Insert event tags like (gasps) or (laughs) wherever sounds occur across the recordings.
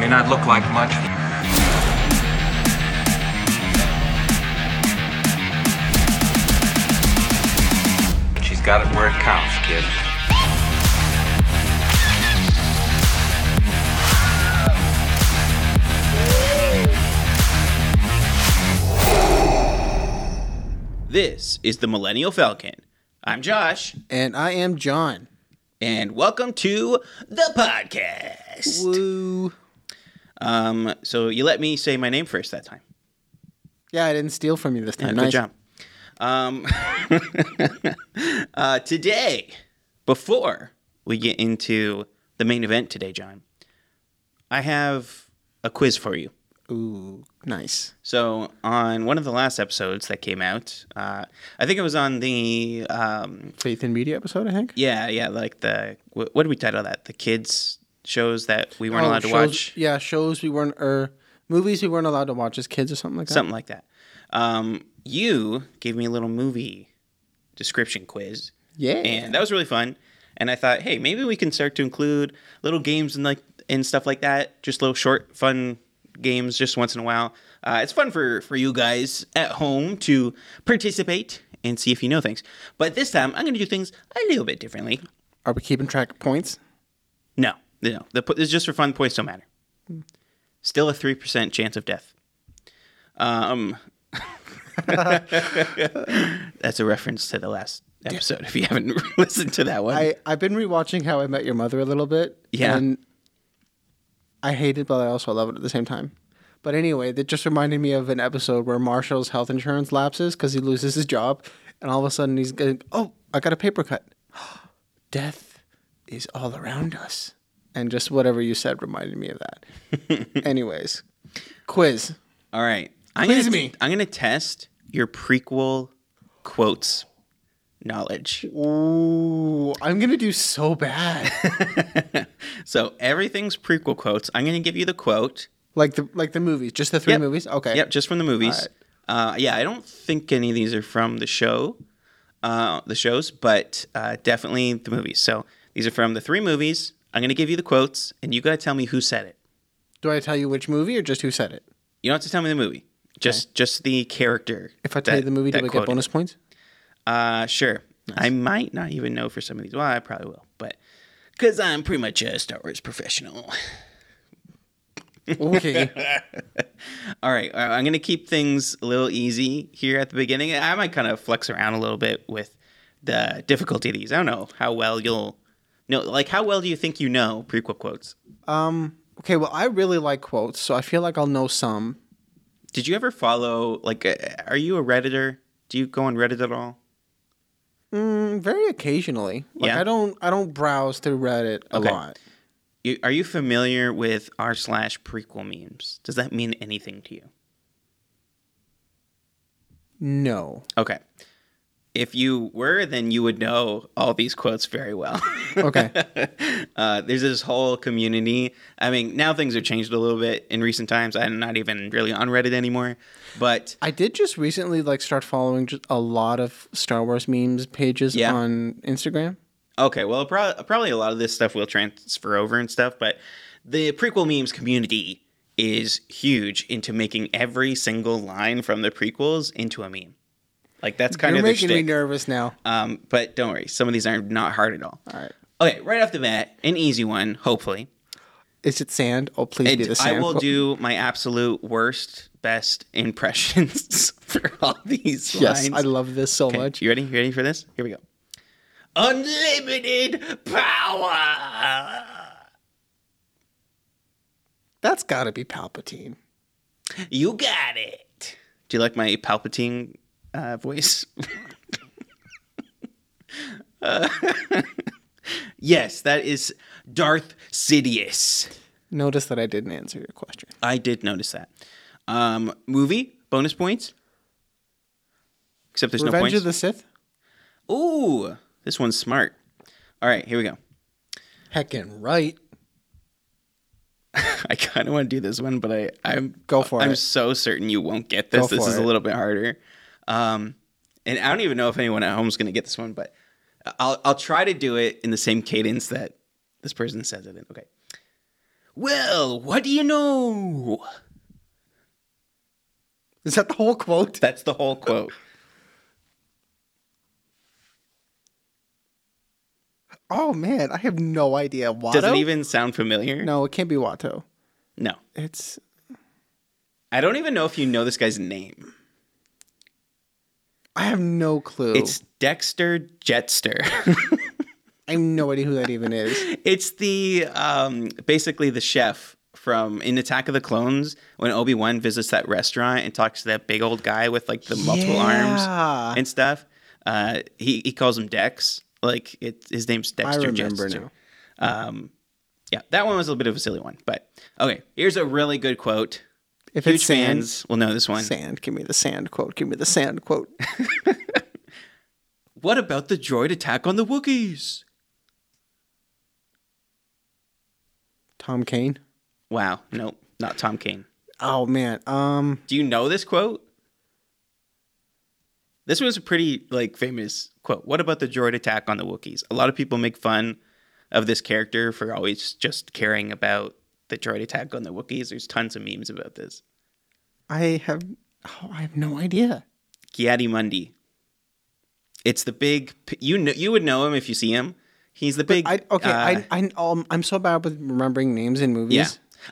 may not look like much. But she's got it where it counts, kid. This is the Millennial Falcon. I'm Josh, And I am John. and welcome to the podcast. Woo. Um, so you let me say my name first that time. Yeah, I didn't steal from you this time. Good nice. job. Um, (laughs) uh, today, before we get into the main event today, John, I have a quiz for you. Ooh, nice. So on one of the last episodes that came out, uh, I think it was on the um, Faith in Media episode, I think. yeah yeah like the what, what did we title that the kids shows that we weren't Oh, allowed to shows- watch Yeah, shows we weren't, or movies we weren't allowed to watch as kids or something like that. something like that. Um, you gave me a little movie description quiz. Yeah. and that was really fun. And I thought, hey, maybe we can start to include little games and like and stuff like that. Just little short, fun games, just once in a while. Uh, it's fun for for you guys at home to participate and see if you know things. But this time, I'm going to do things a little bit differently. Are we keeping track of points? No, no, the po- it's just for fun. Points don't matter. Hmm. Still a three percent chance of death. Um, (laughs) that's a reference to the last episode. If you haven't (laughs) listened to that one, I, I've been rewatching How I Met Your Mother a little bit. Yeah. And I hate it, but I also love it at the same time. But anyway, that just reminded me of an episode where Marshall's health insurance lapses because he loses his job. And all of a sudden he's going, oh, I got a paper cut. (gasps) Death is all around us. And just whatever you said reminded me of that. (laughs) Anyways, quiz. all right, I'm Please gonna, me. I'm gonna test your prequel quotes knowledge. Ooh, I'm going to do (laughs) so bad. So everything's prequel quotes. I'm gonna give you the quote. like the like the movies, just the three Yep. movies? Okay. Yep, just from the movies. Uh, yeah, I don't think any of these are from the show, uh, the shows, but uh, definitely the movies. So these are from the three movies. I'm gonna give you the quotes, and you gotta tell me who said it. Do I tell you which movie or just who said it? You don't have to tell me the movie. Just just the character. If I tell you the movie, do I get (laughs) bonus points? Uh, sure. I might not even know for some of these. Well, I probably will, but because I'm pretty much a Star Wars professional. (laughs) Okay. All right, all right, I'm gonna keep things a little easy here at the beginning. I might kind of flex around a little bit with the difficulty of these. I don't know how well you'll know, like how well do you think you know prequel quotes? um. Okay. Well, I really like quotes, so I feel like I'll know some. Did you ever follow? Like, uh, are you a redditor? Do you go on Reddit at all? Mm, very occasionally. Like Yeah. I don't. I don't browse through Reddit a Okay. lot. You, are you familiar with r slash prequel memes? Does that mean anything to you? No. Okay, if you were, then you would know all these quotes very well. (laughs) Okay. (laughs) uh, there's this whole community. I mean, now things have changed a little bit in recent times. I'm not even really on Reddit anymore, but I did just recently like start following just a lot of Star Wars memes pages Yeah. on Instagram. okay. Well, pro- probably a lot of this stuff will transfer over and stuff, but the prequel memes community is huge into making every single line from the prequels into a meme. Like that's kind You're of their making me shtick. nervous now. Um, but don't worry, some of these are not hard at all. All right. Okay, right off the bat, an easy one, hopefully. Is it sand? Oh, please And be the sand. I will quote. do my absolute worst, best impressions (laughs) for all these (laughs) Yes, lines. I love this so Okay, much. You ready? You ready for this? Here we go. Unlimited power. That's got to be Palpatine. You got it. Do you like my Palpatine uh, voice? (laughs) Uh, (laughs) yes, that is Darth Sidious. Notice that I didn't answer your question. I did notice that. Um, movie bonus points. Except there's no Revenge points. of the Sith. Ooh, this one's smart. All right, here we go. (laughs) Heckin' right. I kind of want to do this one, but I I'm Go for I'm it. so certain you won't get this. Go this for is a it. little bit harder. Um, and I don't even know if anyone at home is going to get this one, but I'll I'll try to do it in the same cadence that this person says it in. Okay. Well, what do you know? Is that the whole quote? That's the whole quote. Oh man, I have no idea. Watto? Does it even sound familiar? No, it can't be Watto. No. It's I don't even know if you know this guy's name. I have no clue. It's Dexter Jetster. (laughs) I have no idea who that even is. it's the um, basically the chef from in Attack of the Clones when Obi Wan visits that restaurant and talks to that big old guy with like the multiple Yeah. arms and stuff. Uh, he he calls him Dex. Like it, his name's I Dexter remember Jetster. now. Yeah, that one was a little bit of a silly one, but okay. Here's a really good quote. If Huge it's sand, fans will know this one. sand. Give me the sand quote. Give me the sand quote. What about the droid attack on the Wookiees? Tom Kane. Wow, nope, not Tom Kane. Oh man. Um. Do you know this quote? This was a pretty like famous quote. What about the droid attack on the Wookiees? A lot of people make fun of this character for always just caring about the droid attack on the Wookiees. There's tons of memes about this. I have. Oh, I have no idea. Giatti Mundi. It's the big p- you know you would know him if you see him. He's the big I okay. uh, I I um, I'm so bad with remembering names in movies. Yeah.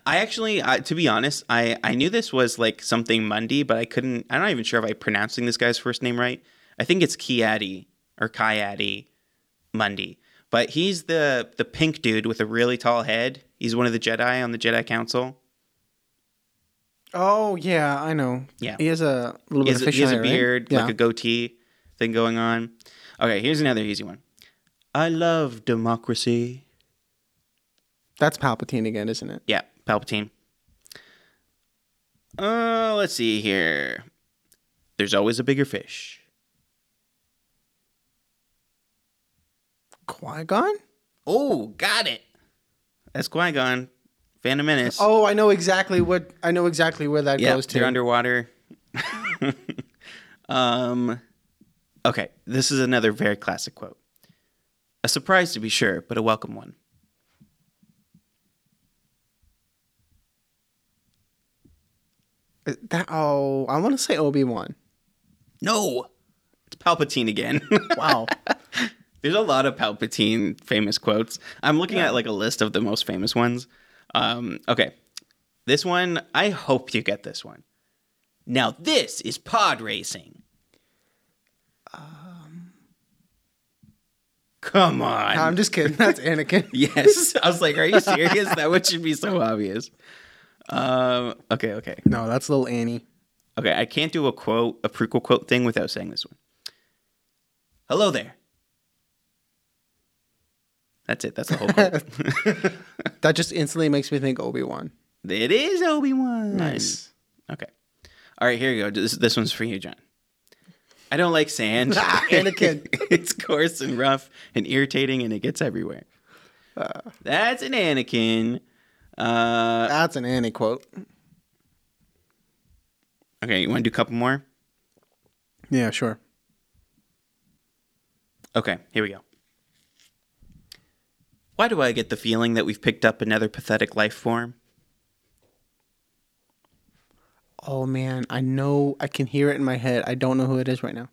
I actually, uh, to be honest, I, I knew this was like something Monday, but I couldn't. I'm not even sure if I'm pronouncing this guy's first name right. I think it's Kiati or Kiati Mundy. But he's the the pink dude with a really tall head. He's one of the Jedi on the Jedi Council. Oh yeah, I know. Yeah. He has a little He bit has, a- of fish he has eye, a right? beard, Yeah. like a goatee thing going on. Okay, here's another easy one. I love democracy. That's Palpatine again, isn't it? Yeah, Palpatine. Uh, let's see here. There's always a bigger fish. Qui Gon. Oh, got it. That's Qui Gon, Phantom Menace. Oh, I know exactly what I know exactly where that yeah, goes to. they're underwater. (laughs) um, okay, this is another very classic quote. A surprise to be sure, but a welcome one. Uh, that oh, I want to say Obi Wan. No, it's Palpatine again. (laughs) (laughs) Wow. There's a lot of Palpatine famous quotes. I'm looking at like a list of the most famous ones. Um, okay. This one, I hope you get this one. Now, this is pod racing. Um, Come on. I'm just kidding. That's Anakin. (laughs) yes. (laughs) I was like, are you serious? that one should be so obvious. Um, okay, okay. No, that's little Annie. Okay, I can't do a quote, a prequel quote thing without saying this one. Hello there. That's it. That's the whole quote. That just instantly makes me think Obi Wan. it is Obi Wan. Nice. Okay. All right, here you go. This, this one's for you, John. I don't like sand. Ah, Anakin. (laughs) it's coarse and rough and irritating, and it gets everywhere. That's an Anakin. Uh, That's an Annie quote. okay, you want to do a couple more? Yeah, sure. Okay, here we go. Why do I get the feeling that we've picked up another pathetic life form? Oh man, I know I can hear it in my head. I don't know who it is right now.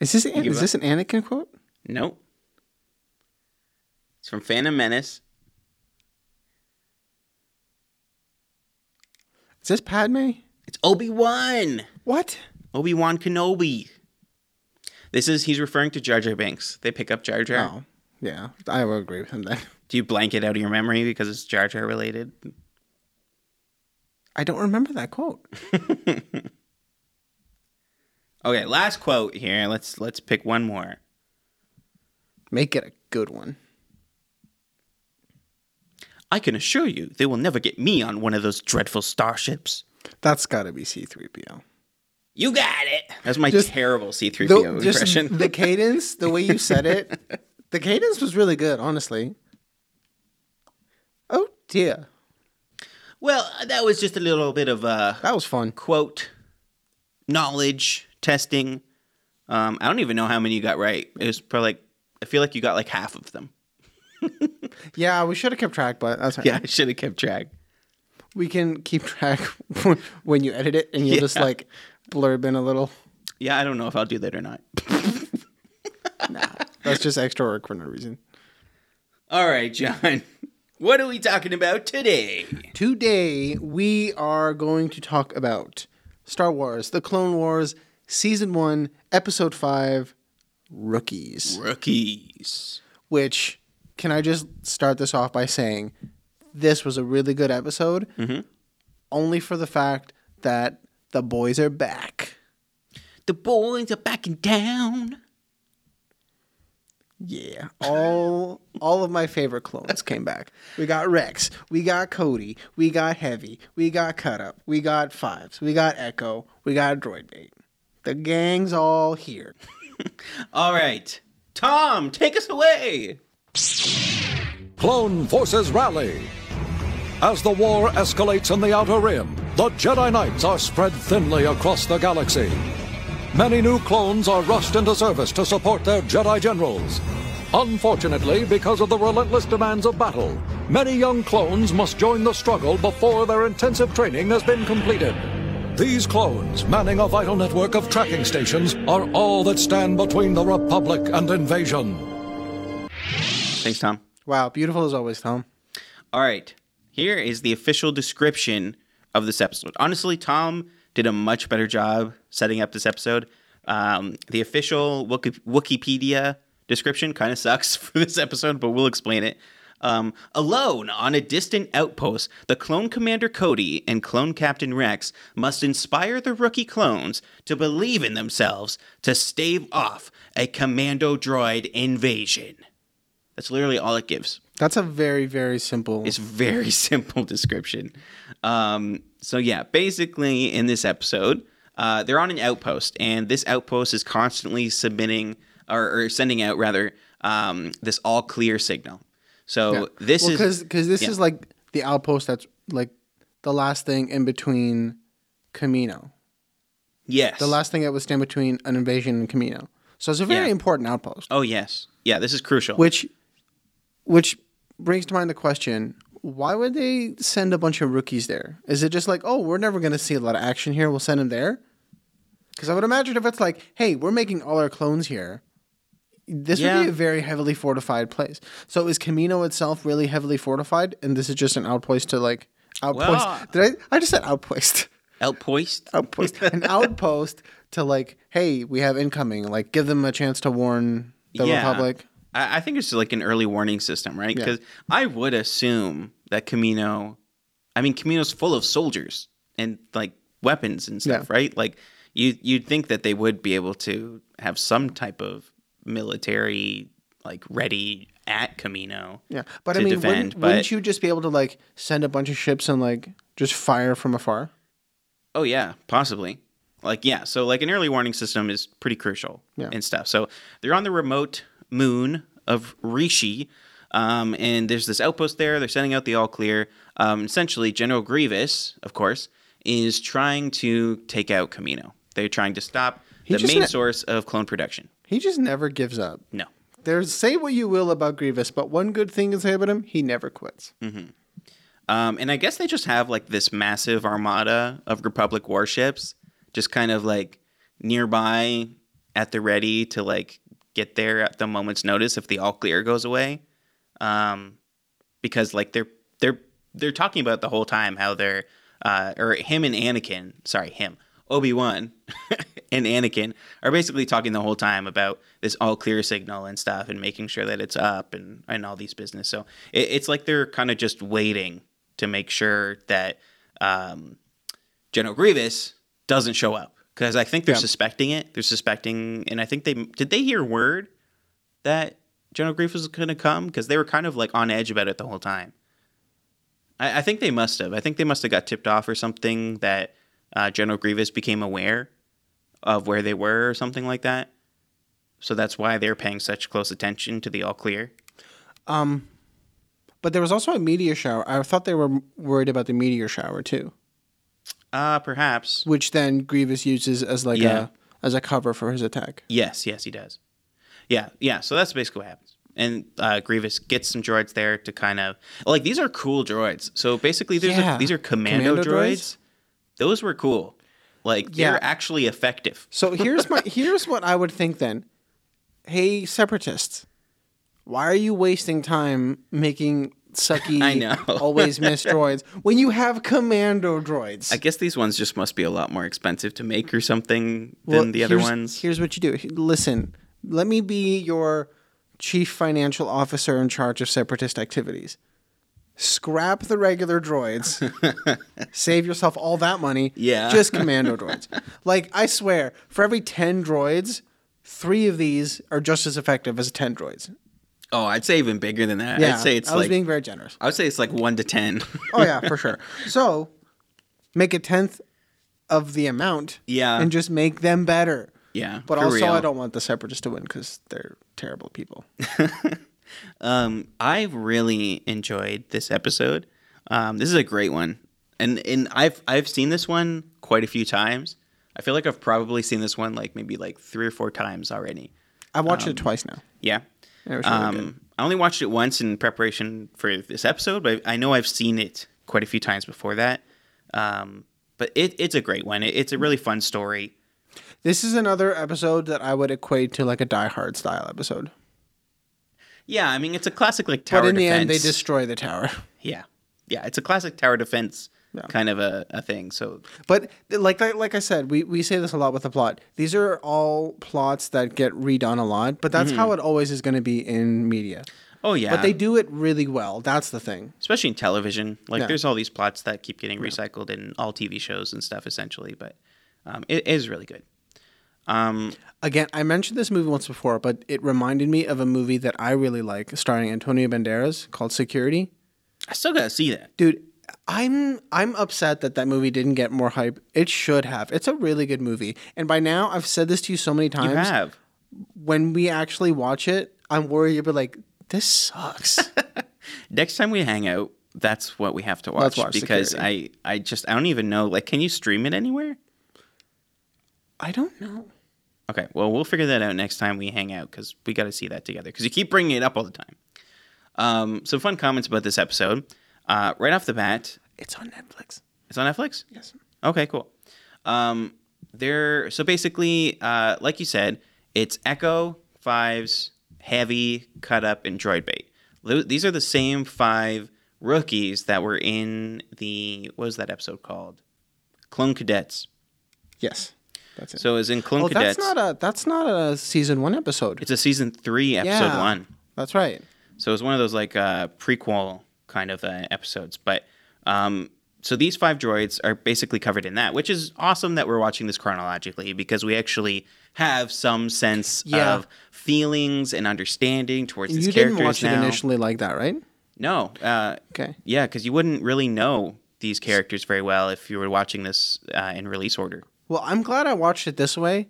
Is this an, give is up? this an Anakin quote? Nope. It's from Phantom Menace. Is this Padme? It's Obi Wan. What? Obi Wan Kenobi. This is he's referring to Jar Jar Binks. They pick up Jar Jar. Oh, yeah, I will agree with him then. Do you blank it out of your memory because it's Jar Jar related? I don't remember that quote. Okay, last quote here. Let's let's pick one more. Make it a good one. I can assure you, they will never get me on one of those dreadful starships. That's got to be C-3PO. You got it. That's my Just- terrible C3PO The, just impression. the cadence, the way you said it, (laughs) the cadence was really good, honestly. Oh dear, Well, that was just a little bit of uh, that was fun. quote knowledge testing Um, I don't even know how many you got right. It was probably like I feel like you got like half of them. Yeah, we should have kept track, but that's all right. (laughs) Yeah, I should have kept track. We can keep track (laughs) when you edit it and you'll just Yeah. like blurb in a little. Yeah, I don't know if I'll do that or not. (laughs) That's just extra work for no reason. All right, John. (laughs) What are we talking about today? Today, we are going to talk about Star Wars The Clone Wars, Season 1, Episode 5, Rookies. Rookies. Which, can I just start this off by saying this was a really good episode, only for the fact that the boys are back. The boys are backing down. Yeah, all all of my favorite clones came back. We got Rex, we got Cody, we got Heavy, we got Cut Up, we got Fives, we got Echo, we got Droid Bait. The gang's all here. All right. Tom, take us away. Clone forces rally. As the war escalates in the Outer Rim, the Jedi Knights are spread thinly across the galaxy. Many new clones are rushed into service to support their Jedi generals. Unfortunately, because of the relentless demands of battle, many young clones must join the struggle before their intensive training has been completed. These clones, manning a vital network of tracking stations, are all that stand between the Republic and invasion. Thanks, Tom. Wow, beautiful as always, Tom. All right. Here is the official description of this episode. Honestly, Tom did a much better job setting up this episode. Um, the official Wiki- Wikipedia description kind of sucks (laughs) for this episode, but we'll explain it. Um, alone on a distant outpost, the clone commander Cody and clone captain Rex must inspire the rookie clones to believe in themselves to stave off a commando droid invasion. That's literally all it gives. That's a very very simple. It's very (laughs) simple description. Um, so yeah, basically in this episode, uh, they're on an outpost, and this outpost is constantly submitting or, or sending out rather um, this all clear signal. So this is because because this yeah. is like the outpost that's like the last thing in between Camino. yes, The last thing that would stand between an invasion and Camino. So it's a very Yeah. important outpost. Oh yes, yeah, this is crucial. Which, which brings to mind the question: Why would they send a bunch of rookies there? Is it just like, oh, we're never going to see a lot of action here. We'll send them there. Because I would imagine if it's like, hey, we're making all our clones here, this would Yeah. be a very heavily fortified place. So is Camino itself really heavily fortified, and this is just an outpost to like outpost? Well- Did I? I just said outpost. (laughs) outpost. (laughs) Outpost. an outpost to like, hey, we have incoming. Like, give them a chance to warn the Yeah. Republic. I, I think it's like an early warning system, right? Because I would assume that Camino, I mean, Camino's full of soldiers and like weapons and stuff, Yeah. right? Like you, you'd think that they would be able to have some type of military, like ready at Camino. Yeah, but to I mean, defend, wouldn't, but wouldn't you just be able to like send a bunch of ships and like just fire from afar? Oh yeah, possibly. Like yeah, so like an early warning system is pretty crucial Yeah. and stuff. So they're on the remote moon of Rishi, um, and there's this outpost there. They're sending out the all clear. Um, essentially, General Grievous, of course, is trying to take out Camino. They're trying to stop the just main ne- source of clone production. He just never gives up. No, There's say what you will about Grievous, but one good thing to say about him, he never quits. Mm. Um, and I guess they just have like this massive armada of Republic warships, just kind of like nearby at the ready to like get there at the moment's notice if the all clear goes away. Um, because like they're they're they're talking about the whole time how they're uh, or him and Anakin, sorry, him, Obi Wan (laughs) and Anakin are basically talking the whole time about this all clear signal and stuff and making sure that it's up and and all these business. So it, it's like they're kind of just waiting to make sure that um, General Grievous doesn't show up because I think they're suspecting it. They're suspecting, and I think they did they hear word that General Grievous was going to come because they were kind of like on edge about it the whole time. I, I think they must have. I think they must have got tipped off or something that uh, General Grievous became aware of where they were or something like that. So that's why they're paying such close attention to the all clear. Um, But there was also a meteor shower. I thought they were worried about the meteor shower too, Uh, perhaps. which then Grievous uses as like Yeah. a as a cover for his attack. Yes, yes, he does. Yeah, yeah. So that's basically what happens. And uh, Grievous gets some droids there to kind of like these are cool droids. So basically, there's Yeah. a, these are commando, Commando droids. droids? Those were cool. Like Yeah. they're actually effective. So here's my here's what I would think then. Hey, separatists, why are you wasting time making sucky (laughs) I know. always miss droids when you have commando droids? I guess these ones just must be a lot more expensive to make or something Well, than the other here's- ones. Here's what you do. H- Listen, let me be your chief financial officer in charge of separatist activities. Scrap the (laughs) regular droids. Save yourself all that money. Yeah. (laughs) Just commando droids. Like, I swear, for every 10 droids, three of these are just as effective as 10 droids. Oh, I'd say even bigger than that. Yeah. I'd say it's I was like being very generous. I would say it's like one to ten. (laughs) Oh, yeah, for sure. So, make a tenth of the amount. Yeah. And just make them better. yeah, But for also, real. I don't want the separatists to win because they're terrible (laughs) people. I really enjoyed this episode. Um, this is a great one, and and I've I've seen this one quite a few times. I feel like I've probably seen this one like maybe like three or four times already. I watched Um, it twice now. Yeah. Yeah, it was really good. Um, I only watched it once in preparation for this episode, but I know I've seen it quite a few times before that. Um, but it, it's a great one. It, it's a really fun story. This is another episode that I would equate to like a Die Hard style episode. Yeah, I mean it's a classic like tower but in the defense. end, they destroy the tower. (laughs) yeah, yeah, it's a classic tower defense kind of a, a thing. So But like like, like I said, we, we say this a lot with the plot. These are all plots that get redone a lot, but that's how it always is going to be in media. oh Mm-hmm. yeah, But they do it really well. That's the thing. especially in television. Like Yeah. there's all these plots that keep getting recycled in all TV shows and stuff essentially, but um, it is really good. Again, I mentioned this movie once before, but it reminded me of a movie that I really like, starring Antonio Banderas, called Security. I still gotta see that. dude i'm i'm upset that that movie didn't get more hype it should have it's a really good movie and by now i've said this to you so many times You have. when we actually watch it i'm worried you'll be like (laughs) this sucks Next time we hang out, that's what we have to watch, Let's watch because Security. I I just I don't even know. Like, can you stream it anywhere? i don't know Okay, well we'll figure that out next time we hang out because we got to see that together because you keep bringing it up all the time. Um, some fun comments about this episode. Uh, right off the bat, it's on netflix it's on Netflix. yes Okay, cool. Um, there. So basically, uh, like you said, it's Echo Fives, Heavy, Cut Up, and Droid Bait. Tho- These are the same five rookies that were in the what was that episode called? Clone Cadets. yes that's it So it was in Clone oh Cadets. that's not a that's not a season one episode it's a season three, episode Yeah. one. that's right So it was one of those like uh, prequel kind of uh, episodes. But um, so these five droids are basically covered in that, which is awesome that we're watching this chronologically because we actually have some sense Yeah. of feelings and understanding towards these you characters didn't watch now. it initially like that right No, uh, okay yeah, because you wouldn't really know these characters very well if you were watching this uh, in release order. Well, I'm glad I watched it this way,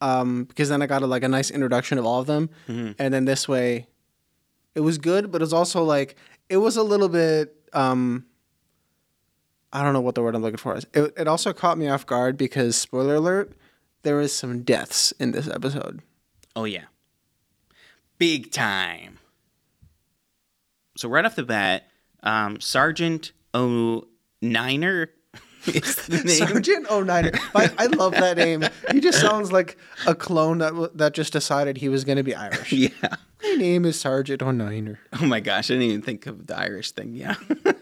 um, because then I got a, like a nice introduction of all of them, Mm-hmm. and then this way, it was good, but it was also like it was a little bit. Um, I don't know what the word I'm looking for is. It, it also caught me off guard because spoiler alert, there is some deaths in this episode. Oh yeah. Big time. So right off the bat, um, Sergeant O Niner (laughs) is the (laughs) name. Sergeant O'Niner. I, I love that name. He just sounds like a clone that w- that just decided he was going to be (laughs) Irish. yeah. My name is Sergeant O'Niner. Oh my gosh, I didn't even think of the Irish thing. Yeah.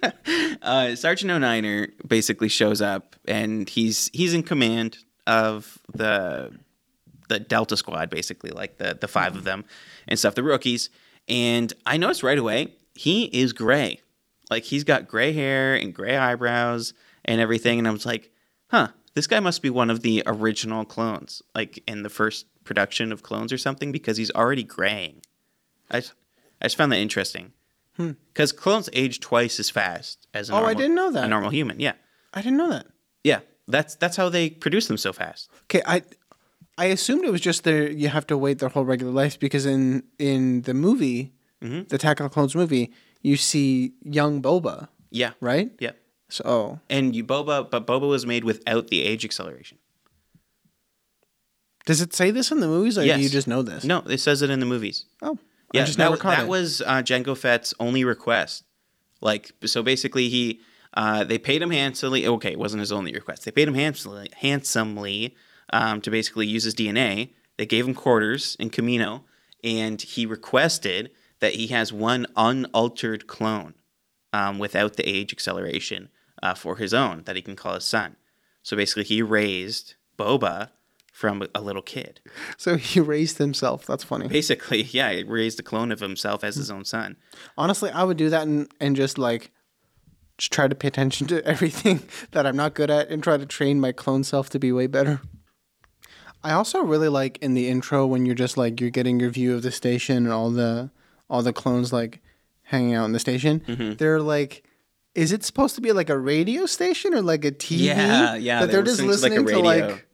(laughs) uh, Sergeant O'Niner basically shows up and he's he's in command of the the Delta Squad, basically, like the the five of Mm-hmm. them and stuff, the rookies. And I noticed right away he is gray, like he's got gray hair and gray eyebrows and everything. And I was like, huh, this guy must be one of the original clones, like in the first production of clones or something, because he's already graying. I just, I just found that interesting. Because clones age twice as fast as a Hmm. Oh, I normal, didn't know that. a normal human. Yeah, I didn't know that. yeah. That's that's how they produce them so fast. Okay, I I assumed it was just their you have to wait their whole regular life because in in the movie, Mm-hmm. the Attack of the Clones movie, you see young Boba, Yeah, right? Yeah, So oh, and you Boba, but Boba was made without the age acceleration. Does it say this in the movies, or Yes. do you just know this? No, it says it in the movies. Oh, Yeah, I just that, never caught that it. was uh, Django Fett's only request. Like, so basically, he uh, they paid him handsomely. Okay, it wasn't his only request. They paid him handsomely, handsomely um, to basically use his DNA. They gave him quarters in Camino, and he requested that he has one unaltered clone um, without the age acceleration uh, for his own that he can call his son. So basically, he raised Boba from a little kid. (laughs) So he (laughs) raised himself. That's funny. Basically, yeah, he raised a clone of himself as his own son. Honestly, I would do that and, and just like just try to pay attention to (laughs) everything that I'm not good at and try to train my clone self to be way better. I also really like in the intro when you're just like you're getting your view of the station and all the all the clones like hanging out in the station. Mm-hmm. They're like is it supposed to be like a radio station or like a TV? Yeah, yeah, That they they're were just listening to, listening like, a to radio. like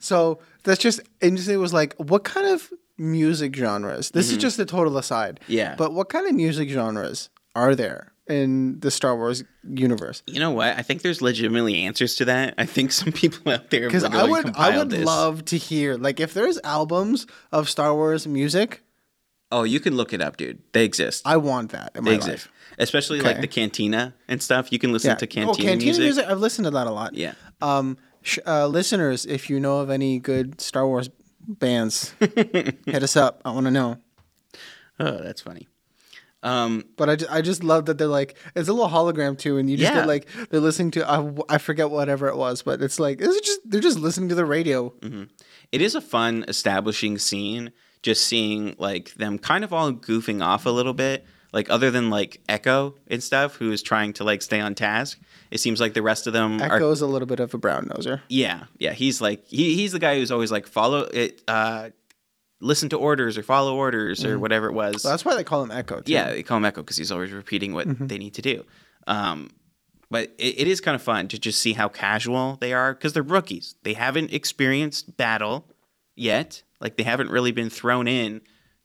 so that's just interesting. It was like, what kind of music genres? This is just a total aside. Mm-hmm. Yeah. But what kind of music genres are there in the Star Wars universe? You know what? I think there's legitimately answers to that. I think some people out there Because have I really would, I compiled would this. love to hear like if there's albums of Star Wars music, Oh, you can look it up, dude. They exist. I want that in my they exist, life. especially like Okay. the cantina and stuff. You can listen to cantina, oh, cantina music. I've listened to that a lot. Yeah. Um, sh- uh, listeners, if you know of any good Star Wars (laughs) bands, hit us up. I want to know. Oh, that's funny. But I just, I just love that they're like it's a little hologram too, and you just Yeah. get like they're listening to I, I forget whatever it was, but it's like it's just they're just listening to the radio. Mm-hmm. It is a fun establishing scene. Just seeing like them kind of all goofing off a little bit. Like other than like Echo and stuff, who is trying to like stay on task. It seems like the rest of them are Echo's a little bit of a brown noser. Yeah, yeah. He's like he, he's the guy who's always like follow it, uh, listen to orders or follow orders or whatever it was. That's why they call him Echo. Too. yeah, they call him Echo because he's always repeating what they need to do. Um, but it, it is kind of fun to just see how casual they are because they're rookies. They haven't experienced battle yet. Like they haven't really been thrown in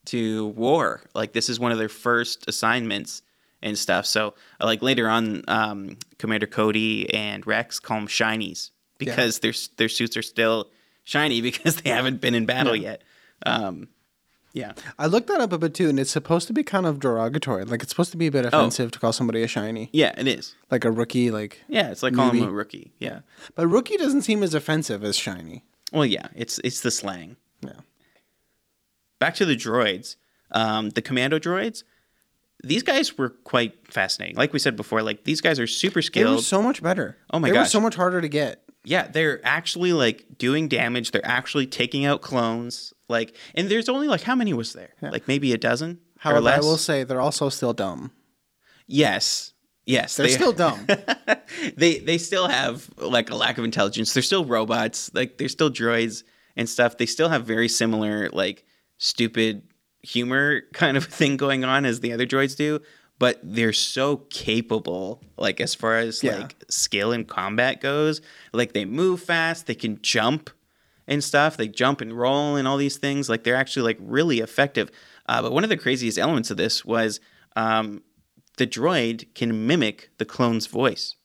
to war. Like this is one of their first assignments and stuff. So uh, like later on, um, Commander Cody and Rex call them shinies because their their suits are still shiny (laughs) because they haven't been in battle yet. Um, yeah. I looked that up a bit too, and it's supposed to be kind of derogatory. Like it's supposed to be a bit Oh. offensive to call somebody a shiny, Yeah, it is. like a rookie. Like, Yeah, it's like calling him Newbie. a rookie. Yeah. but rookie doesn't seem as offensive as shiny. Well, yeah, it's it's the slang. Yeah. Back to the droids, um, the commando droids. These guys were quite fascinating. Like we said before, like these guys are super They were skilled. so much better. Oh my they were gosh. so much harder to get. yeah, they're actually like doing damage. They're actually taking out clones. Like, and there's only like how many was there? Like maybe a dozen or However, I less. will say they're also still dumb. yes, yes, They're they- (laughs) still dumb. they they still have like a lack of intelligence. They're still robots. Like they're still droids and stuff. They still have very similar like stupid humor kind of (laughs) thing going on as the other droids do, but they're so capable like as far as Yeah. like skill in combat goes. Like they move fast, they can jump and stuff. They jump and roll and all these things. Like they're actually like really effective. Uh, but one of the craziest elements of this was um, the droid can mimic the clone's voice.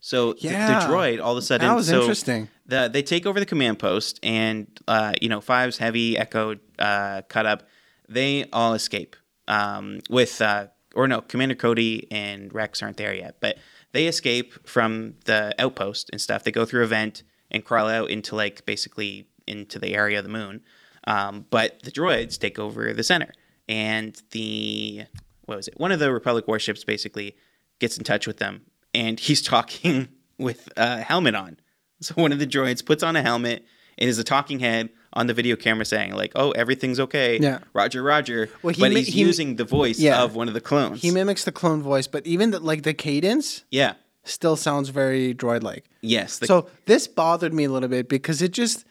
So th- Yeah. the droid all of a sudden That was so interesting. The, they take over the command post and uh, you know fives heavy echo uh, cut up. They all escape um, with uh, or no Commander Cody and Rex aren't there yet, but they escape from the outpost and stuff. They go through a vent and crawl out into like basically into the area of the moon. Um, but the droids take over the center and the what was it? One of the Republic warships basically gets in touch with them and (laughs) he's talking with uh, a helmet on. (laughs) So one of the droids puts on a helmet and is a talking head on the video camera saying like, "Oh, everything's okay." Yeah. Roger, Roger. Well, he but ma- he's he- using the voice Yeah. of one of the clones. he mimics the clone voice, but even the, like the cadence yeah. still sounds very droid-like. Yes. the- so this bothered me a little bit because it just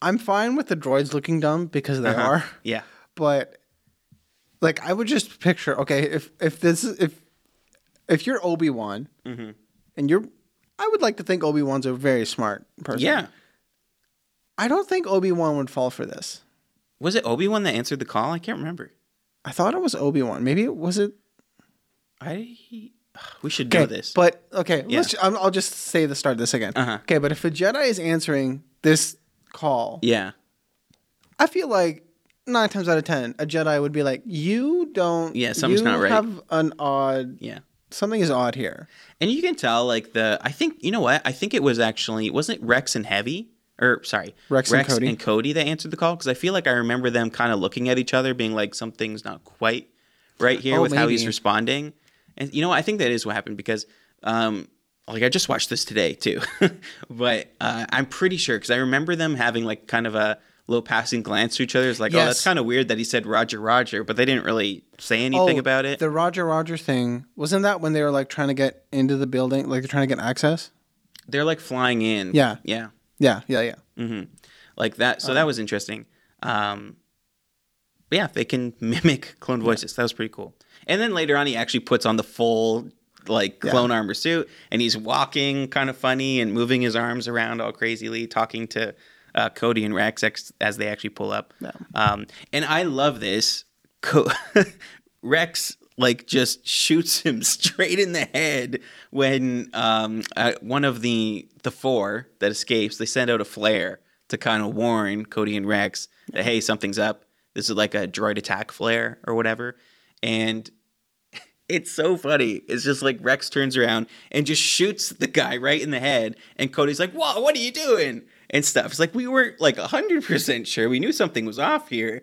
I'm fine with the droids looking dumb because they Uh-huh. are, yeah. but like I would just picture okay if if this is- if if you're Obi Wan Mm-hmm. and you're I would like to think Obi Wan's a very smart person. Yeah. I don't think Obi Wan would fall for this. Was it Obi-Wan that answered the call? I can't remember. I thought it was Obi Wan. Maybe it was it. I (sighs) we should Okay, know this. but okay, Yeah. let's. Ju- I'm, I'll just say the start of this again. Uh-huh. Okay, but if a Jedi is answering this call, yeah. I feel like nine times out of ten, a Jedi would be like, "You don't. Yeah, something's you not right." Have an odd. Yeah. Something is odd here. And you can tell, like the I think you know what I think it was actually wasn't it Rex and Heavy or sorry Rex and Cody. and Cody that answered the call because I feel like I remember them kind of looking at each other, being like something's not quite right here Oh, with how he's maybe. responding. And you know what? I think that is what happened because um like I just watched this today too, (laughs) but uh, I'm pretty sure because I remember them having like kind of a low passing glance to each other. It's like oh that's Yes. kind of weird that he said Roger Roger, but they didn't really say anything Oh, about it. The Roger Roger thing wasn't that when they were like trying to get into the building, like they're trying to get access. They're like flying in. Yeah. yeah. Yeah, yeah, yeah. like that. So that was interesting. Um, but yeah, they can mimic clone voices. That was pretty cool. And then later on, he actually puts on the full like clone armor suit, and he's walking kind of funny and moving his arms around all crazily, talking to uh, Cody and Rex ex- as they actually pull up. Um, and I love this. Co- (laughs) Rex like just shoots him (laughs) straight in the head when um, uh, one of the the four that escapes they send out a flare to kind of warn Cody and Rex that hey something's up. This is like a droid attack flare or whatever, and (laughs) it's so funny. It's just like Rex turns around and just shoots the guy right in the head, and Cody's like, "Whoa, what are you doing?" and stuff. It's like we were like hundred percent sure we knew something was off here,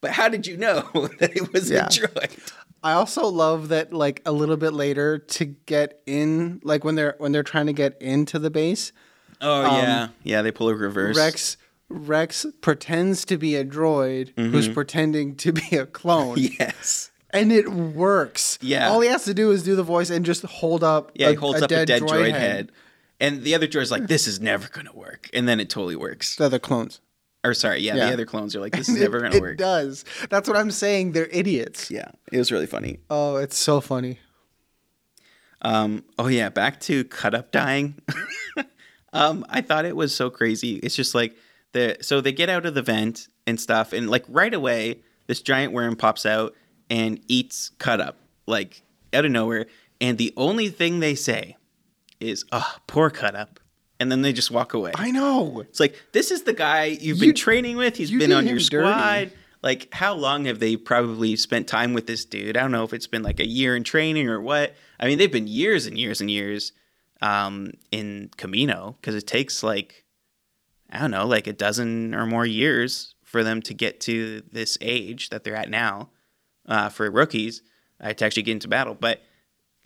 but how did you know (laughs) that it was Yeah. a droid? I also love that like a little bit later to get in, like when they're when they're trying to get into the base, Oh yeah, yeah. They pull a reverse. Rex Rex pretends to be a droid Mm-hmm. who's pretending to be (laughs) a (laughs) clone. Yes. And it works. Yeah. All he has to do is do the voice and just hold up. Yeah, he holds up a dead droid, head. and the other droid's like, "This is never gonna work," and then it totally works. The other clones. Or sorry, yeah, Yeah. the other clones are like, (laughs) "This is never it, gonna it work." does. That's what I'm saying. They're idiots. Yeah, it was really funny. Oh, it's so funny. Um, oh yeah, back to cut up (laughs) dying. um, I thought it was so crazy. It's just like the so they get out of the vent and stuff, and like right away, this giant worm pops out and eats cut up like out of nowhere. And the only thing they say is, "Oh, poor cut up," and then they just walk away. I know. It's like this is the guy you've You- been training with. He's you been did on your him squad. dirty. Like how long have they probably spent time with this dude? I don't know if it's been like a year in training or what. I mean, they've been years and years and years um, in Camino because it takes like I don't know, like a dozen or more years for them to get to this age that they're at now uh, for rookies uh, to actually get into battle. But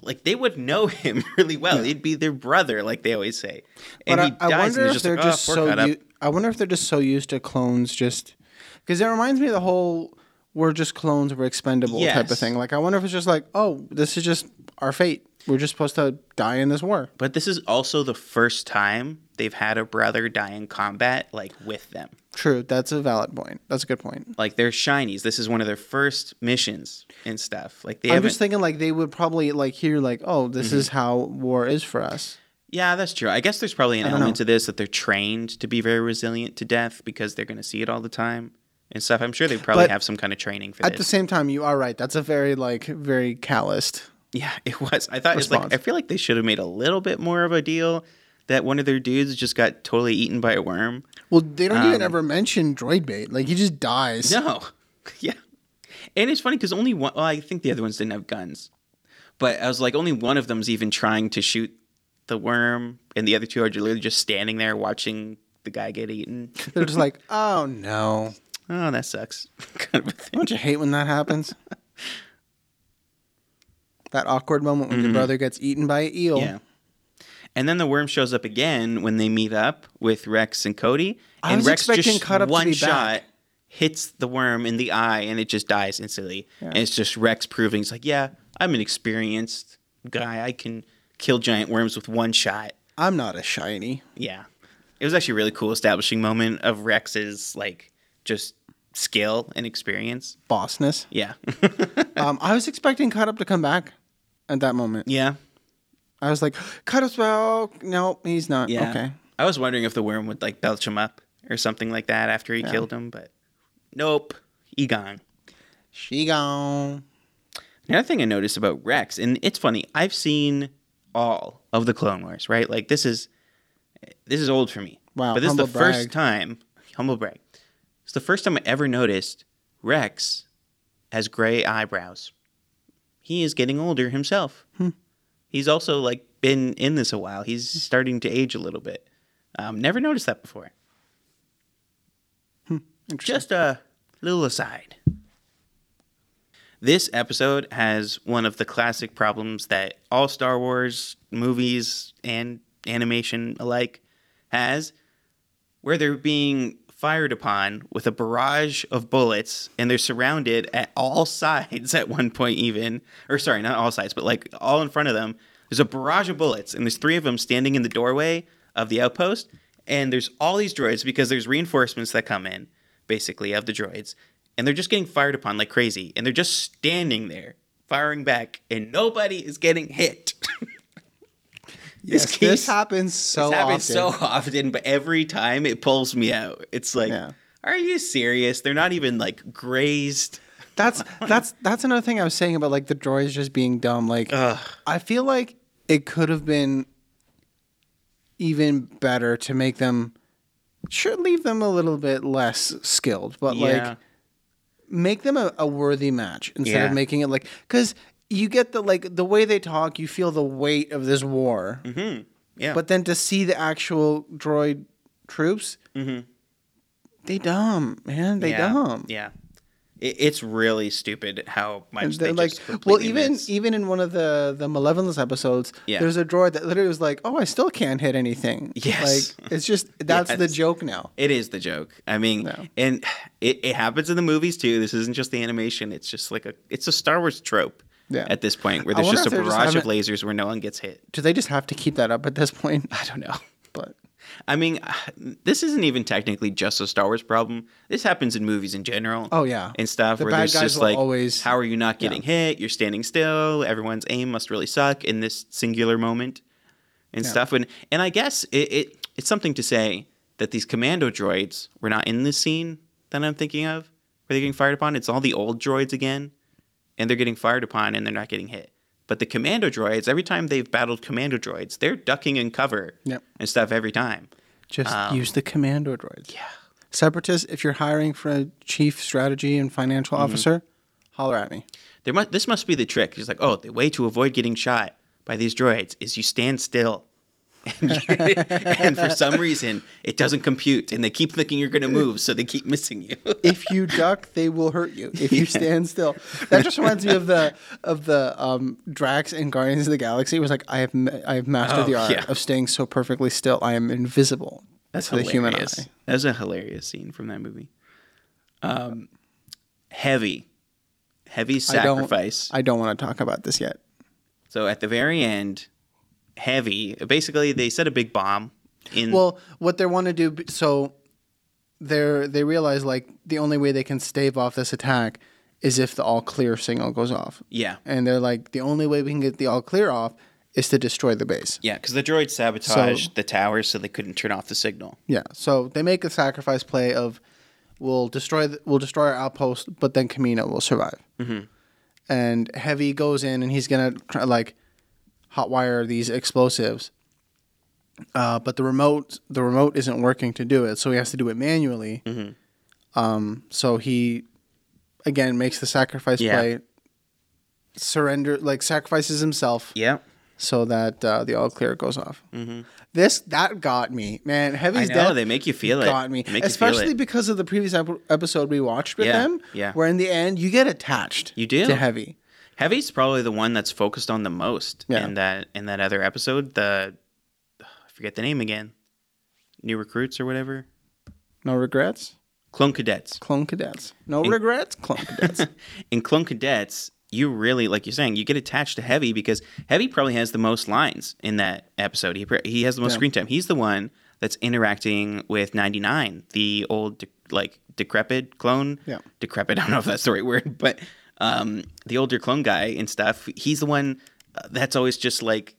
like they would know (laughs) him really well. He'd be their brother, like they always say. And But he I, I dies, wonder and it's if just they're like, "Oh, just poor so. Cut-Up." u- I wonder if they're just so used to clones just because it reminds me of the whole "we're just clones, we're expendable" type of Yes. thing. Like I wonder if it's just like, oh, this is just our fate. We're just supposed to die in this war. But this is also the first time they've had a brother die in combat, like with them. True. That's a valid point. That's a good point. Like they're shinies. This is one of their first missions and stuff. Like they I'm haven't. Mm-hmm. just thinking like they would probably like hear like, oh, this is how war is for us. yeah, that's true. I guess there's probably an element to this that they're trained to be very resilient to death because they're going to see it all the time and stuff. I'm sure they probably But have some kind of training for At the this. same time, you are right. That's a very like very calloused. yeah, it was. I thought it's like Response. I feel like they should have made a little bit more of a deal that one of their dudes just got totally eaten by a worm. Well, they don't even ever mention droid bait. Like he just dies. (laughs) No. Um, Yeah. And it's funny because only one, well, I think the other ones didn't have guns. But I was like, only one of them's even trying to shoot the worm, and the other two are literally just standing there watching the guy get eaten. (laughs) They're (laughs) just like, oh no. oh, that sucks. (laughs) kind of a thing. Don't you hate when (laughs) that happens? that awkward moment when your brother gets eaten by an eel. Mm-hmm. Yeah. And then the worm shows up again when they meet up with Rex and Cody. I and was Rex expecting just Cut Up to one be shot back. hits the worm in the eye and it just dies instantly. And it's just Rex proving it's like, yeah, I'm an experienced guy. I can kill giant worms with one shot. I'm not a shiny. Yeah. It was actually a really cool establishing moment of Rex's like just skill and experience. (laughs) Bossness. Yeah. um, I was expecting Cut Up to come back at that moment. yeah. I was like, Cut Up's well. No, he's not. Yeah. Okay. I was wondering if the worm would like belch him up or something like that after he killed him, but nope. Egon. She gone. Another thing I noticed about Rex, and it's funny, I've seen all of the Clone Wars, right? Like this is this is old for me. Wow, But this is the humble brag. first time humble brag It's the first time I ever noticed Rex has gray eyebrows. He is getting older himself. Hmm. He's also like been in this a while. He's starting to age a little bit. Um, never noticed that before. Hmm, Just a little aside. This episode has one of the classic problems that all Star Wars movies and animation alike has, where they're being fired upon with a barrage of bullets and they're surrounded at all (laughs) sides at one point, even, or sorry, not all sides, but like all in front of them. There's a barrage of bullets, and there's three of them standing in the doorway of the outpost. And there's all these droids because there's reinforcements that come in, basically, of the droids and they're just getting fired upon like crazy and they're just standing there firing back and nobody is getting hit (laughs) Yes, keeps- this happens so this happens often. so often but every time it pulls me out it's like Yeah. are you serious they're not even like grazed (laughs) That's that's that's another thing I was saying about like the droids just being dumb. Like I feel like it could have been even better to make them sure leave them a little bit less skilled, but like make them a, a worthy match instead Yeah. of making it like because you get the like the way they talk, you feel the weight of this war. Mm-hmm. yeah But then to see the actual droid troops, they dumb man, they Mm-hmm. yeah. dumb. yeah it, it's really stupid how And much they they're like like, just well, completely even e-, miss. even in one of the the Malevolence episodes, Yeah. there's a droid that literally was like, "Oh, I still can't hit anything." (laughs) Yes. like it's (laughs) just that's the Yes. joke now. It is the joke. I mean, No. and it, it happens in the movies too. This isn't just the animation. It's just like a it's a Star Wars trope Yeah. at this point where I there's wonder just a if they're just barrage of lasers where no one gets hit. Do they just have to keep that up at (laughs) this point? I don't know, but I mean, (sighs) this isn't even technically just a Star Wars problem. This happens in movies in general. Oh, yeah. and stuff The where bad there's guys just will like always- how are you not getting hit? You're standing still. Everyone's aim must really suck in this singular moment and stuff. And and I guess it, it it's something to say that these commando droids were not in this scene that I'm thinking of where they're getting fired upon. It's all the old droids again, and they're getting fired upon and they're not getting hit. But the commando droids, every time they've battled commando droids, they're ducking in cover Yep. and stuff every time. just use the commando droids. Um, Yeah. Separatists, if you're hiring for a chief strategy and Mm-hmm. financial officer, holler at me. There must this must be the trick. He's like, oh, the way to avoid getting shot by these droids is you stand still. (laughs) and, you- and for some reason, it doesn't compute, and they keep thinking you're going to move, so they keep missing you. If you duck, they will hurt you. If (laughs) you stand still, that just reminds me of the of the um, Drax and Guardians of the Galaxy. It was like I have ma- I have mastered the art Oh, yeah. of staying so perfectly still. I am invisible (laughs) That's to the hilarious. human eye. That was a hilarious scene from that movie. Um, heavy, heavy I don't- sacrifice. I don't want to talk about this yet. so at the very end, heavy. Basically, they set a big bomb in. Well, what they want to do, so they they realize like the only way they can stave off this attack is if the all clear signal goes off. yeah, And they're like, the only way we can get the all clear off is to destroy the base. yeah, because the droids sabotaged the towers, so they couldn't turn off the signal. Yeah. So they make a sacrifice play of we'll destroy the, we'll destroy our outpost, but then Kamino will survive. Mm-hmm. And Heavy goes in and he's gonna try, like hotwire these explosives. Uh, but the remote the remote isn't working to do it, so he has to do it manually. Mm-hmm. Um, so he again makes the sacrifice Yeah. play, surrender like sacrifices himself Yeah. so that uh, the all clear goes off. Mm-hmm. This that got me, man. I Heavy's know death they make you feel it. got me, They make especially you feel it. because of the previous ep- episode we watched with Yeah, them. yeah. where in the end you get attached. You do. to Heavy. Heavy's probably the one that's focused on the most Yeah. in that in that other episode. The I forget the name again. New recruits or whatever. No regrets, Clone cadets. clone cadets. No regrets, clone (laughs) cadets. (laughs) In Clone Cadets, you really like you're saying you get attached to Heavy because Heavy probably has the most lines in that episode. He pr- he has the most screen time. He's the one that's interacting with 99, the old de- like decrepit clone. Yeah. Decrepit. (laughs) I don't know if that's the right word, but um, the older clone guy and stuff. He's the one uh, that's always just like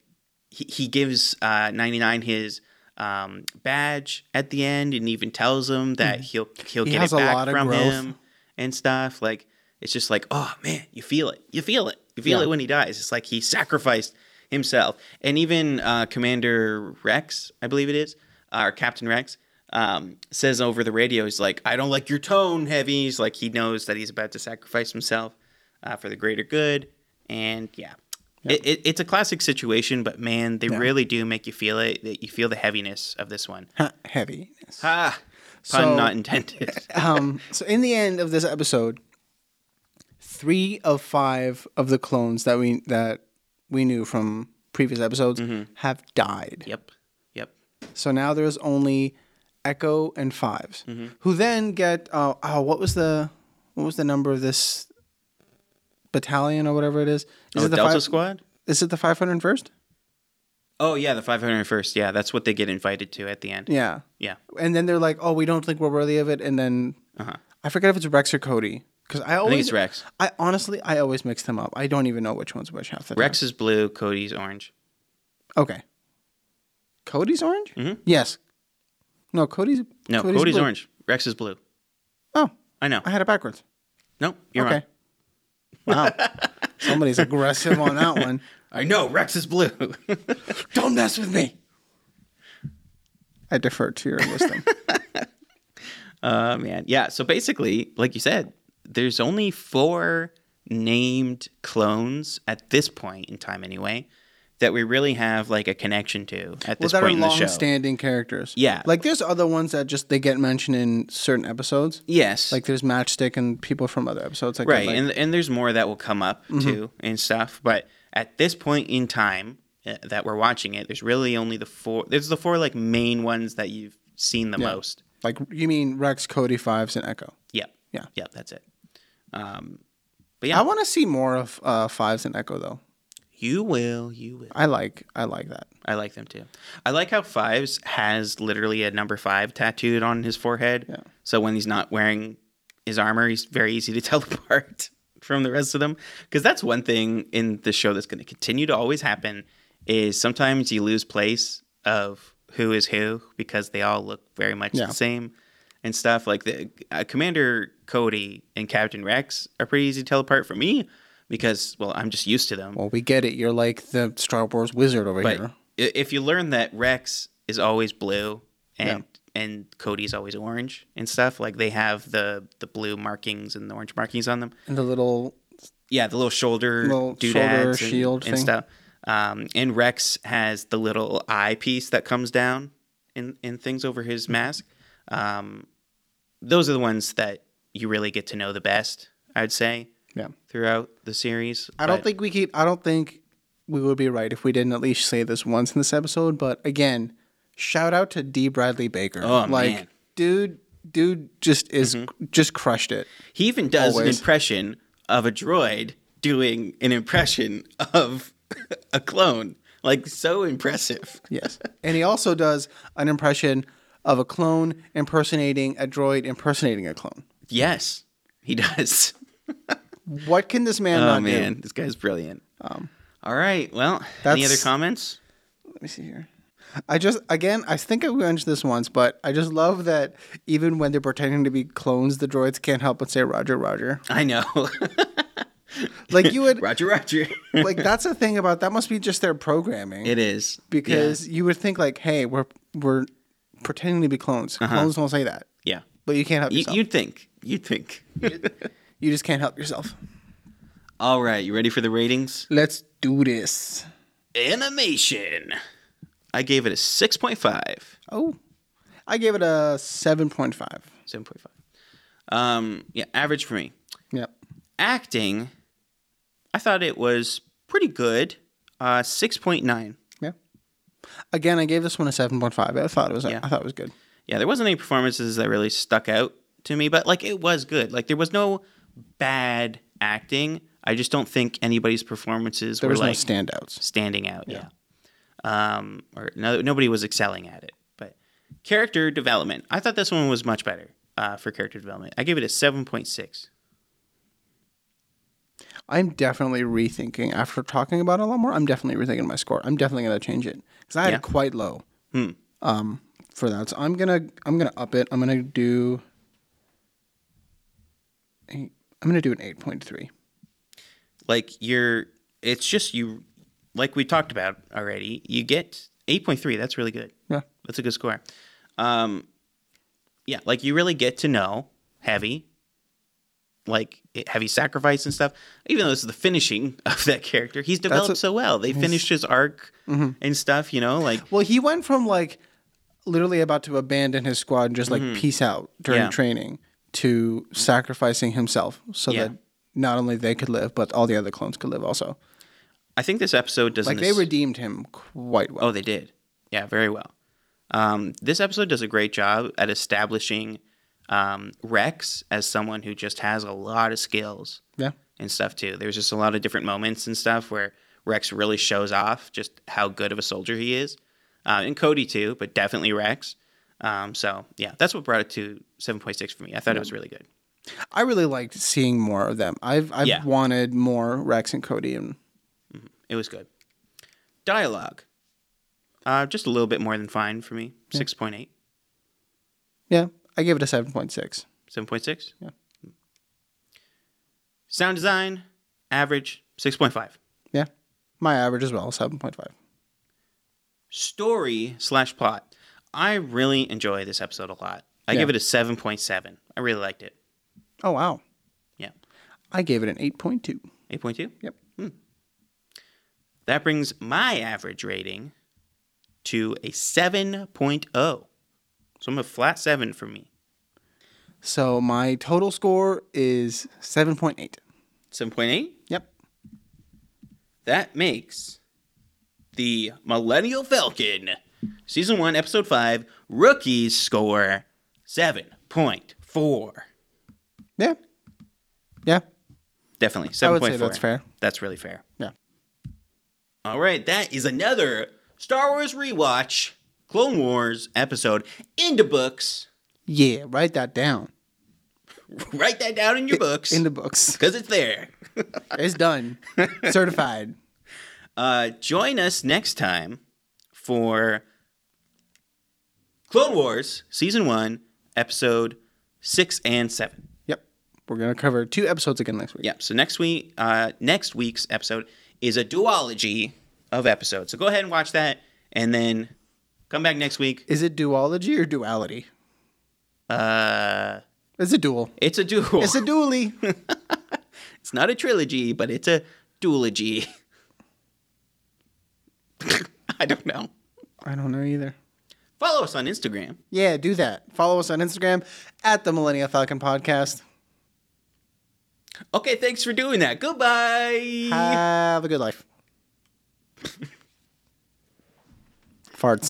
he, he gives uh, 99 his. Um, badge at the end, and even tells him that he'll he'll He get has it a back lot of from growth. him and stuff. Like it's just like, oh man, you feel it. You feel it. You feel Yeah. it when he dies. It's like he sacrificed himself. And even uh, Commander Rex, I believe it is, uh, or Captain Rex, um, says over the radio, he's like, I don't like your tone, Heavy. He's like, he knows that he's about to sacrifice himself uh, for the greater good. And yeah, It, it, it's a classic situation, but man, they really do make you feel it. That you feel the heaviness of this one. Ha, heavy. ah, pun So- not intended. (laughs) Um, so in the end of this episode, three of five of the clones that we that we knew from previous episodes Mm-hmm. have died. yep, yep. So now there's only Echo and 5s Mm-hmm. who then get uh, oh, what was the what was the number of this battalion or whatever it is? Is oh, it the Delta five- Squad. Is it the 501st? Oh yeah, the 501st. Yeah, that's what they get invited to at the end. Yeah. yeah. And then they're like, "Oh, we don't think we're worthy of it." And then I forget if it's Rex or Cody because I always Uh-huh. it's Rex. I honestly I always mix them up. I don't even know which one's which half the time. Rex is blue. Cody's orange. Okay. Cody's orange. Mm-hmm. Yes. No, Cody's No, Cody's, blue. orange. Rex is blue. Oh, I know. I had it backwards. no, you're okay. wrong. Wow. (laughs) Somebody's aggressive on that one. I know Rex is blue. (laughs) Don't mess with me. I defer to (laughs) your wisdom. oh man, yeah. So basically, like you said, there's only four named clones at this point in time, anyway, that we really have like a connection to at well, this that are point in the show. long-standing characters. Yeah. Like there's other ones that just they get mentioned in certain episodes. yes, Like there's Matchstick and people from other episodes. Like Mm-hmm. that, right like- and and there's more that will come up too and stuff but at this point in time uh, that we're watching it there's really only the four there's the four like main ones that you've seen the most like you mean Rex, Cody, Fives, and Echo. yeah Yeah. yeah that's it um but yeah I want to see more of uh, Fives and Echo though. you will you will I like I like that. i like them too i like how fives has literally a number five tattooed on his forehead yeah. so when he's not wearing his armor he's very easy to (laughs) tell apart from the rest of them because that's one thing in the show that's going to continue to always happen is sometimes you lose place of who is who because they all look very much Yeah. the same and stuff like the uh, commander cody and captain rex are pretty easy to tell apart from me because well i'm just used to them Well, we get it. You're like the Star Wars wizard over but here. i- if you learn that Rex is always blue and and Cody's always orange and stuff, like they have the the blue markings and the orange markings on them. And the little Yeah, the little shoulder Little doodads shoulder and, shield and thing. stuff. Um, and Rex has the little eye piece that comes down in in things over Mm. his mask. Um, those are the ones that you really get to know the best, I'd say, yeah. throughout the series. I don't But- think we keep. I don't think we would be right if we didn't at least say this once in this episode. But again, shout out to D. Bradley Baker. Oh, like, man. Mm-hmm. dude, dude just is just crushed it. He even does Always. an impression of a droid doing an impression of (laughs) a clone. Like so impressive. Yes, and he also does an impression of a clone impersonating a droid impersonating a clone. Yes, he (laughs) does. What can this man Oh not man, do? this guy's brilliant. All right. Well, any Um, that's- other comments? Let me see here. I just again, I think I mentioned this once, but I just love that even when they're pretending to be clones, the droids can't help but say Roger, Roger. I know. (laughs) Like you would Roger, Roger. (laughs) (laughs) like that's the thing about that must be just their programming it is because you would think like hey we're we're pretending to be clones clones don't say that yeah. but Uh-huh. you can't help yeah. yourself You, you, would think. You'd (laughs) think. just can't help yourself All right. You ready for the ratings? let's do this Animation. I gave it a six point five. oh i gave it a 7.5 Seven point five. Um. Yeah. Average for me. yep acting, I thought it was pretty good. Uh, six point nine. yeah again i gave this one a 7.5 i thought it was Yeah. i thought it was good Yeah, there wasn't any performances that really stuck out to me, but like it was good. Like there was no bad acting. I just don't think anybody's performances there were was no like standouts standing out. Yeah. Um. Or no, nobody was excelling at it. But character development, I thought this one was much better. Uh, for character development, I gave it a seven point six. i'm definitely rethinking after talking about it a lot more i'm definitely rethinking my score i'm definitely going to change it because i had Yeah. Hmm. it quite low um, for that so i'm gonna i'm gonna up it i'm gonna do eight, i'm gonna do an 8.3 like you're it's just you like we talked about already you get 8.3 that's really good yeah that's a good score um yeah, like you really get to know Heavy, like it- Heavy sacrifice and stuff. Even though this is the finishing (laughs) of that character, he's developed what- so well. They finished his arc Mm-hmm. and stuff. You know, like Well, he went from like literally about to abandon his squad and just like peace out during Mm-hmm. Yeah. training to sacrificing himself so Yeah. that not only they could live, but all the other clones could live also. I think this episode doesn't. Like they ass- redeemed him quite well. Oh, they did. Yeah, very well. Um, this episode does a great job at establishing um, Rex as someone who just has a lot of skills yeah. and stuff too. There's just a lot of different moments and stuff where Rex really shows off just how good of a soldier he is, uh, and Cody too, but definitely Rex. Um, so yeah, that's what brought it to 7.6 for me. I thought it was really good. I really liked seeing more of them. I've I've Yeah. wanted more Rex and Cody and It was good. Dialogue, uh, just a little bit more than fine for me. 6.8, yeah, I gave it a seven point six. 7.6. Yeah. Sound design, average, 6.5. Yeah. My average as well, seven point five. story slash plot. I really enjoy this episode a lot. I Yeah. give it a seven point seven. I really liked it. Oh wow. Yeah, I gave it an eight point two. eight point two. Hmm. Yep. That brings my average rating to a 7.0. So I'm a flat seven for me. So my total score is seven point eight. Seven point eight. Yep. That makes the Millennial Falcon season one episode five rookies score seven point four. Yeah. Yeah. Definitely I seven would say point four. that's fair. That's really fair. Yeah. All right, that is another Star Wars rewatch, Clone Wars episode into books. (laughs) Yeah. Write that down Write that down in your books in the (laughs) books. because it's there. It's done. Certified. Uh, join us next time for Clone Wars season one, episode six and seven. Yep. We're gonna cover two episodes again next week. Yeah. So next week, uh, next week's episode is a duology of episodes. So go ahead and watch that, and then come back next week. Is it duology or duality? Uh. It's a duel. It's a duel. (laughs) It's a dually. It's not a trilogy, but it's a duology. (laughs) I don't know. I don't know either. Follow us on Instagram. Yeah, do that. Follow us on Instagram at the Millennial Falcon Podcast. Okay, thanks for doing that. Goodbye. Have a good life. Farts.